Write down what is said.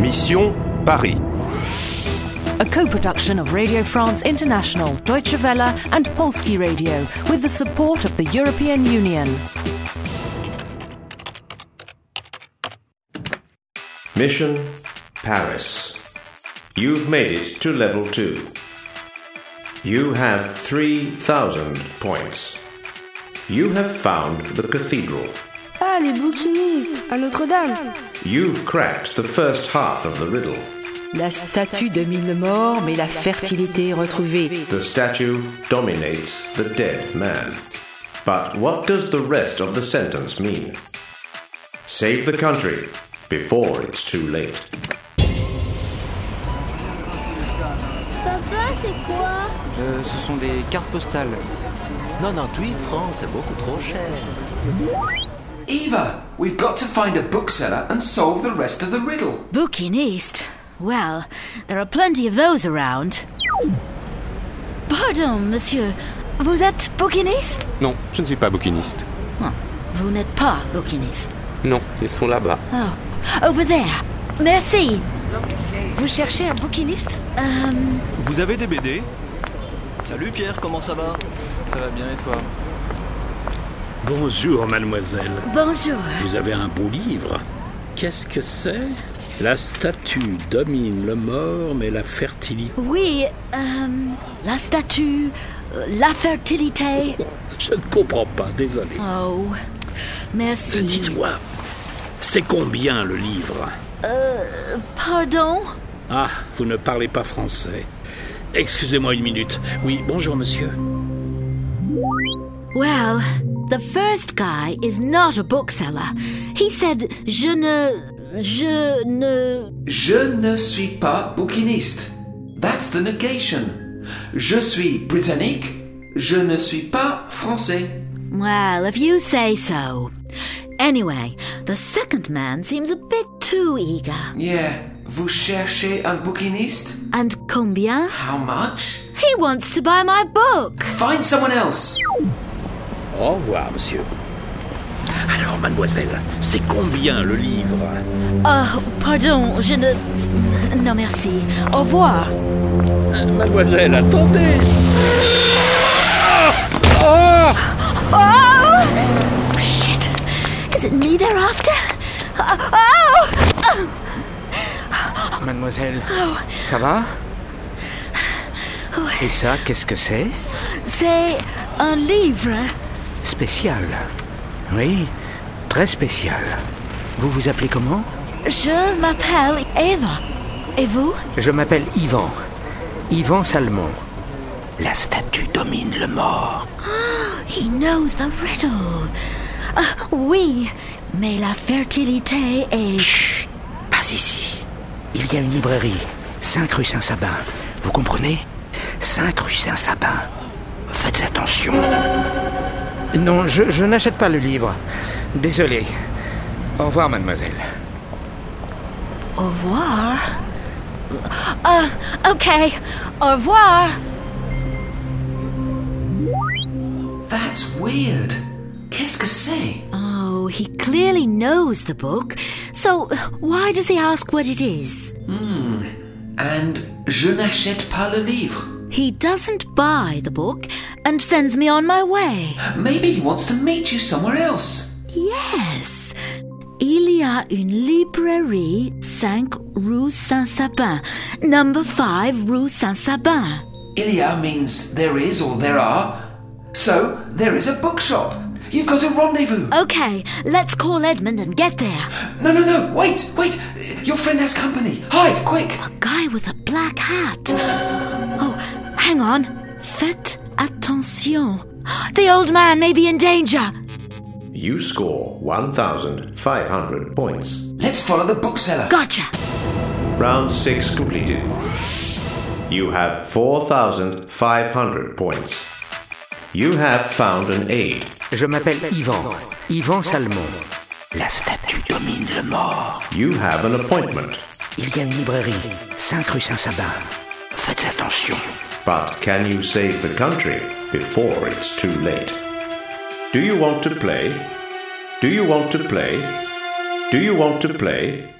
Mission Paris. A co production of Radio France International, Deutsche Welle, and Polski Radio with the support of the European Union. Mission Paris. You've made it to level 2. You have 3,000 points. You have found the cathedral. Ah, les bouquinistes à Notre-Dame You've cracked the first half of the riddle. La statue domine mort, mais la fertilité est retrouvée. The statue dominates the dead man. But what does the rest of the sentence mean? Save the country before it's too late. Papa, c'est quoi Euh, ce sont des cartes postales. Non, non, 8 francs, c'est beaucoup trop cher. Eva, we've got to find a bookseller and solve the rest of the riddle. Booking East? Well, there are plenty of those around. Pardon, monsieur. Vous êtes bouquiniste Non, je ne suis pas bouquiniste. Vous n'êtes pas bouquiniste. Non, ils sont là-bas. Oh, over there. Merci. Vous cherchez un bouquiniste Um, Vous avez des BD Salut Pierre, comment ça va Ça va bien et toi Bonjour, mademoiselle. bonjour. Vous avez un beau livre. Qu'est-ce que c'est La statue domine le mort, mais la fertilité. Oui, um, la statue, euh, la fertilité. Oh, Je ne comprends pas, désolé. Oh, merci. Dites-moi, c'est combien le livre Pardon Ah, vous ne parlez pas français. Excusez-moi une minute. Oui, bonjour, monsieur. Well, the first guy is not a bookseller. He said, je ne. Je ne. Je ne suis pas bouquiniste. That's the negation. Je suis britannique. Je ne suis pas français. Well, if you say so. Anyway, the second man seems a bit too eager. Yeah, vous cherchez un bouquiniste? And combien? How much? He wants to buy my book. Find someone else. Au revoir, monsieur. Alors, mademoiselle, c'est combien le livre Oh, pardon, je ne. Non, merci. Au revoir. Euh, Mademoiselle, attendez Oh! Shit. Is it me they're after? Oh! Mademoiselle, ça va Et ça, qu'est-ce que c'est uh, C'est un livre. Spécial. Oui, très spécial. Vous vous appelez comment Je m'appelle Eva. Et vous Je m'appelle Yvan. Yvan Salmon. La statue domine le mort. He knows the riddle. Ah, oui, mais la fertilité est... Chut Pas ici. Il y a une librairie. 5 rue Saint-Sabin. Vous comprenez 5 rue Saint-Sabin. Faites attention. Non, je, je n'achète pas le livre. Désolé. Au revoir, mademoiselle. Au revoir. Ah, ok. Au revoir. That's weird. Qu'est-ce que c'est? Oh, he clearly knows the book. So why does he ask what it is? And je n'achète pas le livre. He doesn't buy the book and sends me on my way. Maybe he wants to meet you somewhere else. Yes. Il y a une librairie 5 rue Saint-Sabin. Number 5 rue Saint-Sabin. Ilia means there is or there are. So there is a bookshop. You've got a rendezvous. Okay, let's call Edmund and get there. No, no, no. Wait, wait. Your friend has company. Hide, quick. A guy with a black hat. Oh, hang on. Faites attention. The old man may be in danger. You score 1,500 points. Let's follow the bookseller. Gotcha. Round 6 completed. You have 4,500 points. You have found an aid. Je m'appelle Yvan. Yvan Salmon. La statue domine le mort. You have an appointment. Il y a une librairie. 5 rue Saint-Sabin. Faites attention. But can you save the country before it's too late? Do you want to play? Do you want to play? Do you want to play?